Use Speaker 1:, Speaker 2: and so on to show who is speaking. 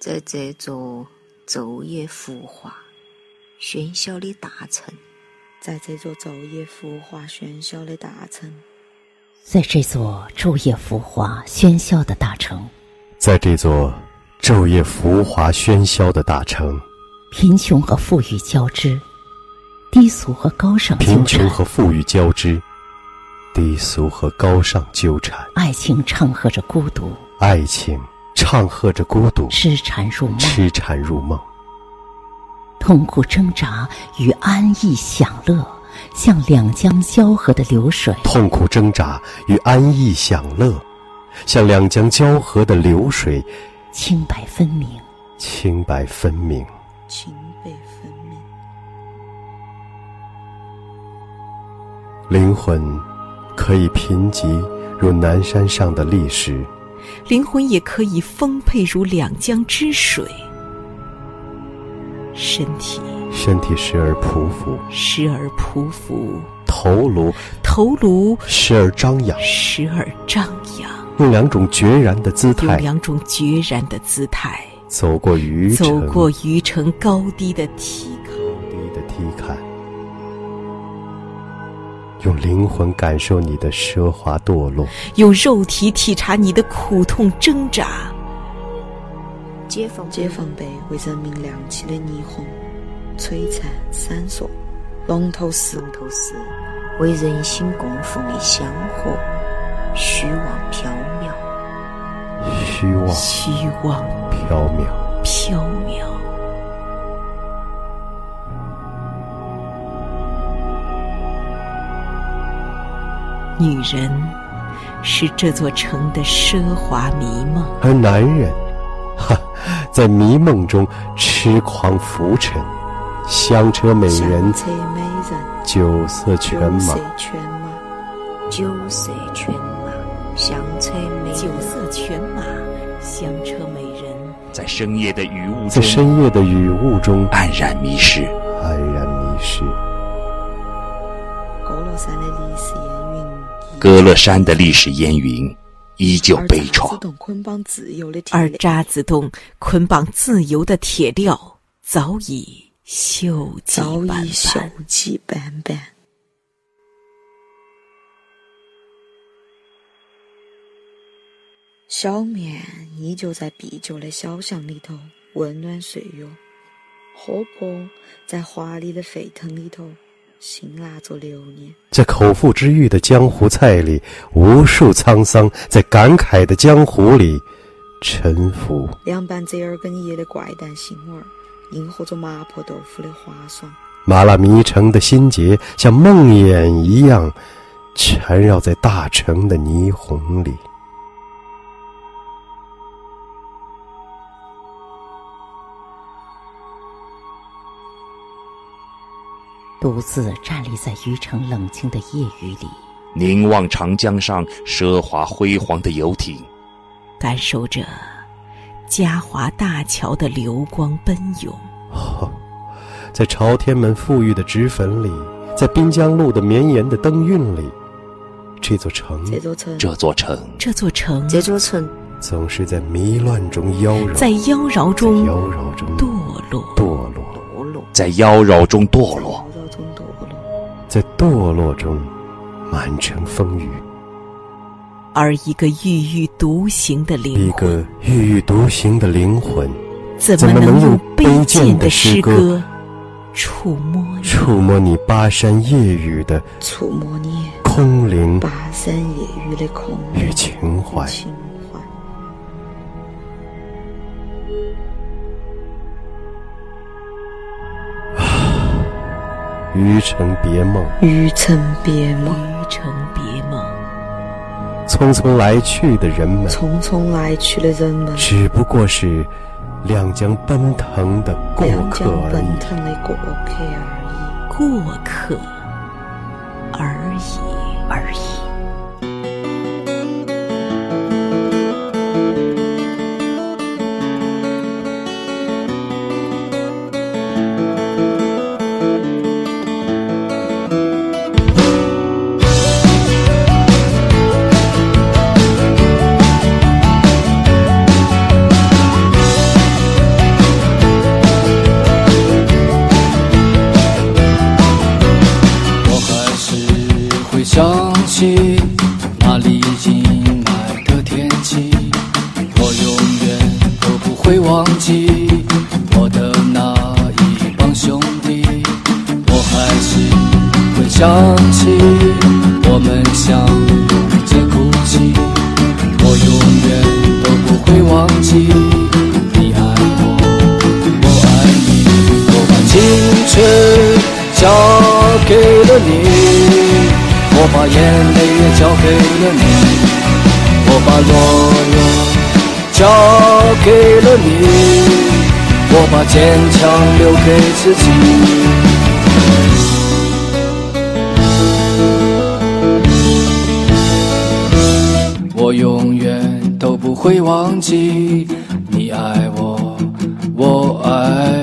Speaker 1: 在这座昼夜浮华、喧嚣的大城，
Speaker 2: 在这座昼夜浮华喧嚣的大城，
Speaker 3: 在这座昼夜浮华喧嚣的大城，
Speaker 4: 在这座昼夜浮华喧嚣的大城，
Speaker 3: 贫穷和富裕交织，低俗和高尚纠缠，
Speaker 4: 贫穷和富裕交织，低俗和高尚纠缠，
Speaker 3: 爱情唱和着孤独，
Speaker 4: 爱情唱和着孤独，
Speaker 3: 痴缠入梦，
Speaker 4: 痴缠入梦，
Speaker 3: 痛苦挣扎与安逸享乐像两江交合的流水，
Speaker 4: 痛苦挣扎与安逸享乐，像两江交合的流水，
Speaker 3: 清白分明。
Speaker 4: 清白分明。
Speaker 2: 情被分明。
Speaker 4: 灵魂可以贫瘠如南山上的砾石，
Speaker 5: 灵魂也可以丰沛如两江之水，身体
Speaker 4: 身体时而匍匐，
Speaker 5: 时而匍匐，
Speaker 4: 头颅
Speaker 5: 头颅
Speaker 4: 时而张扬，
Speaker 5: 时而张扬，
Speaker 4: 用两种决然的姿
Speaker 5: 有
Speaker 4: 态
Speaker 5: 两种决然的姿态，
Speaker 4: 走过愚
Speaker 5: 走
Speaker 4: 城
Speaker 5: 过鱼城高低的梯坎。
Speaker 4: 高低的梯坎，用灵魂感受你的奢华堕落，
Speaker 5: 用肉体体察你的苦痛挣扎，
Speaker 1: 解放
Speaker 2: 解放碑为人民亮起的霓虹，璀璨闪烁。龙头寺
Speaker 1: 龙头寺为人心供奉的香火，虚妄缥缈。
Speaker 4: 虚妄
Speaker 5: 虚妄
Speaker 4: 缥缈。
Speaker 5: 缥缈。女人是这座城的奢华迷梦，
Speaker 4: 而男人，哈，在迷梦中痴狂浮沉，香车美人
Speaker 2: 香，车美人，
Speaker 4: 酒色犬马
Speaker 2: 酒，色犬马，
Speaker 1: 酒色犬马，香车美
Speaker 5: 酒
Speaker 1: 人，
Speaker 5: 色犬马，香车美人，
Speaker 6: 在深夜的雨雾
Speaker 4: 在
Speaker 6: 中
Speaker 4: 深夜的雨雾中
Speaker 6: 黯然迷失。
Speaker 4: 黯然迷失。
Speaker 2: 歌乐山的历史烟云，
Speaker 6: 歌乐山的历史烟云依旧
Speaker 2: 而
Speaker 6: 悲
Speaker 2: 自
Speaker 6: 怆，
Speaker 2: 动捆绑自由的铁
Speaker 5: 而
Speaker 2: 链
Speaker 5: 渣滓洞捆绑自由的铁镣早已锈迹
Speaker 2: 早
Speaker 5: 斑
Speaker 2: 已锈
Speaker 5: 斑。
Speaker 2: 迹斑斑。小冕依旧在闭旧的小巷里头温暖岁月，河泊在华丽的沸腾里头辛辣着流年。
Speaker 4: 在口腹之欲的江湖菜里，无数沧桑在感慨的江湖里沉浮。
Speaker 2: 凉拌折耳根叶的怪诞腥味儿，迎合着麻婆豆腐的滑爽。
Speaker 4: 麻辣迷城的心结像梦魇一样缠绕在大城的霓虹里。
Speaker 3: 独自站立在渔城冷清的夜雨里，
Speaker 6: 凝望长江上奢华辉煌的游艇，
Speaker 5: 感受着嘉华大桥的流光奔涌，
Speaker 4: 哦，在朝天门富裕的脂粉里，在滨江路的绵延的灯韵里，这座城
Speaker 2: 这座城
Speaker 6: 这座城
Speaker 5: 这座城
Speaker 1: 这座城
Speaker 4: 总是在迷乱中妖娆，
Speaker 5: 在妖娆中
Speaker 4: 妖娆中
Speaker 5: 堕落。
Speaker 4: 堕落，
Speaker 1: 堕落，
Speaker 6: 在妖娆中堕
Speaker 2: 在缭
Speaker 6: 落，
Speaker 2: 绕中堕落。
Speaker 4: 在堕落中满城风雨。
Speaker 5: 而一个郁郁独行的灵
Speaker 4: 一
Speaker 5: 魂，
Speaker 4: 个郁郁独行的灵魂，
Speaker 5: 怎
Speaker 4: 怎么
Speaker 5: 能
Speaker 4: 能
Speaker 5: 用
Speaker 4: 用
Speaker 5: 卑
Speaker 4: 卑
Speaker 5: 贱
Speaker 4: 贱
Speaker 5: 的
Speaker 4: 的
Speaker 5: 诗
Speaker 4: 诗
Speaker 5: 歌
Speaker 4: 歌
Speaker 5: 触摸你？
Speaker 4: 触摸你巴山夜雨的
Speaker 2: 触摸你
Speaker 4: 空灵
Speaker 2: 巴山夜雨的空
Speaker 4: 与情怀。
Speaker 2: 情怀。
Speaker 4: 渔城别梦，
Speaker 2: 余城别梦，
Speaker 5: 渔城别梦，
Speaker 4: 匆匆来去的人们，
Speaker 2: 匆匆来去的人们，
Speaker 4: 只不过是两江奔腾的过
Speaker 2: 两
Speaker 4: 客
Speaker 2: 江
Speaker 4: 而
Speaker 2: 奔
Speaker 4: 已。
Speaker 2: 腾的过客而
Speaker 5: 过客而已，而已。
Speaker 7: 我里已经阴霾的天气，我永远都不会忘记我的那一帮兄弟，我还是会想起我们相拥着哭泣，我永远都不会忘记你爱我，我爱你，我把青春交给了你。我把眼泪也交给了你，我把懦弱交给了你，我把坚强留给自己。我永远都不会忘记你爱我，我爱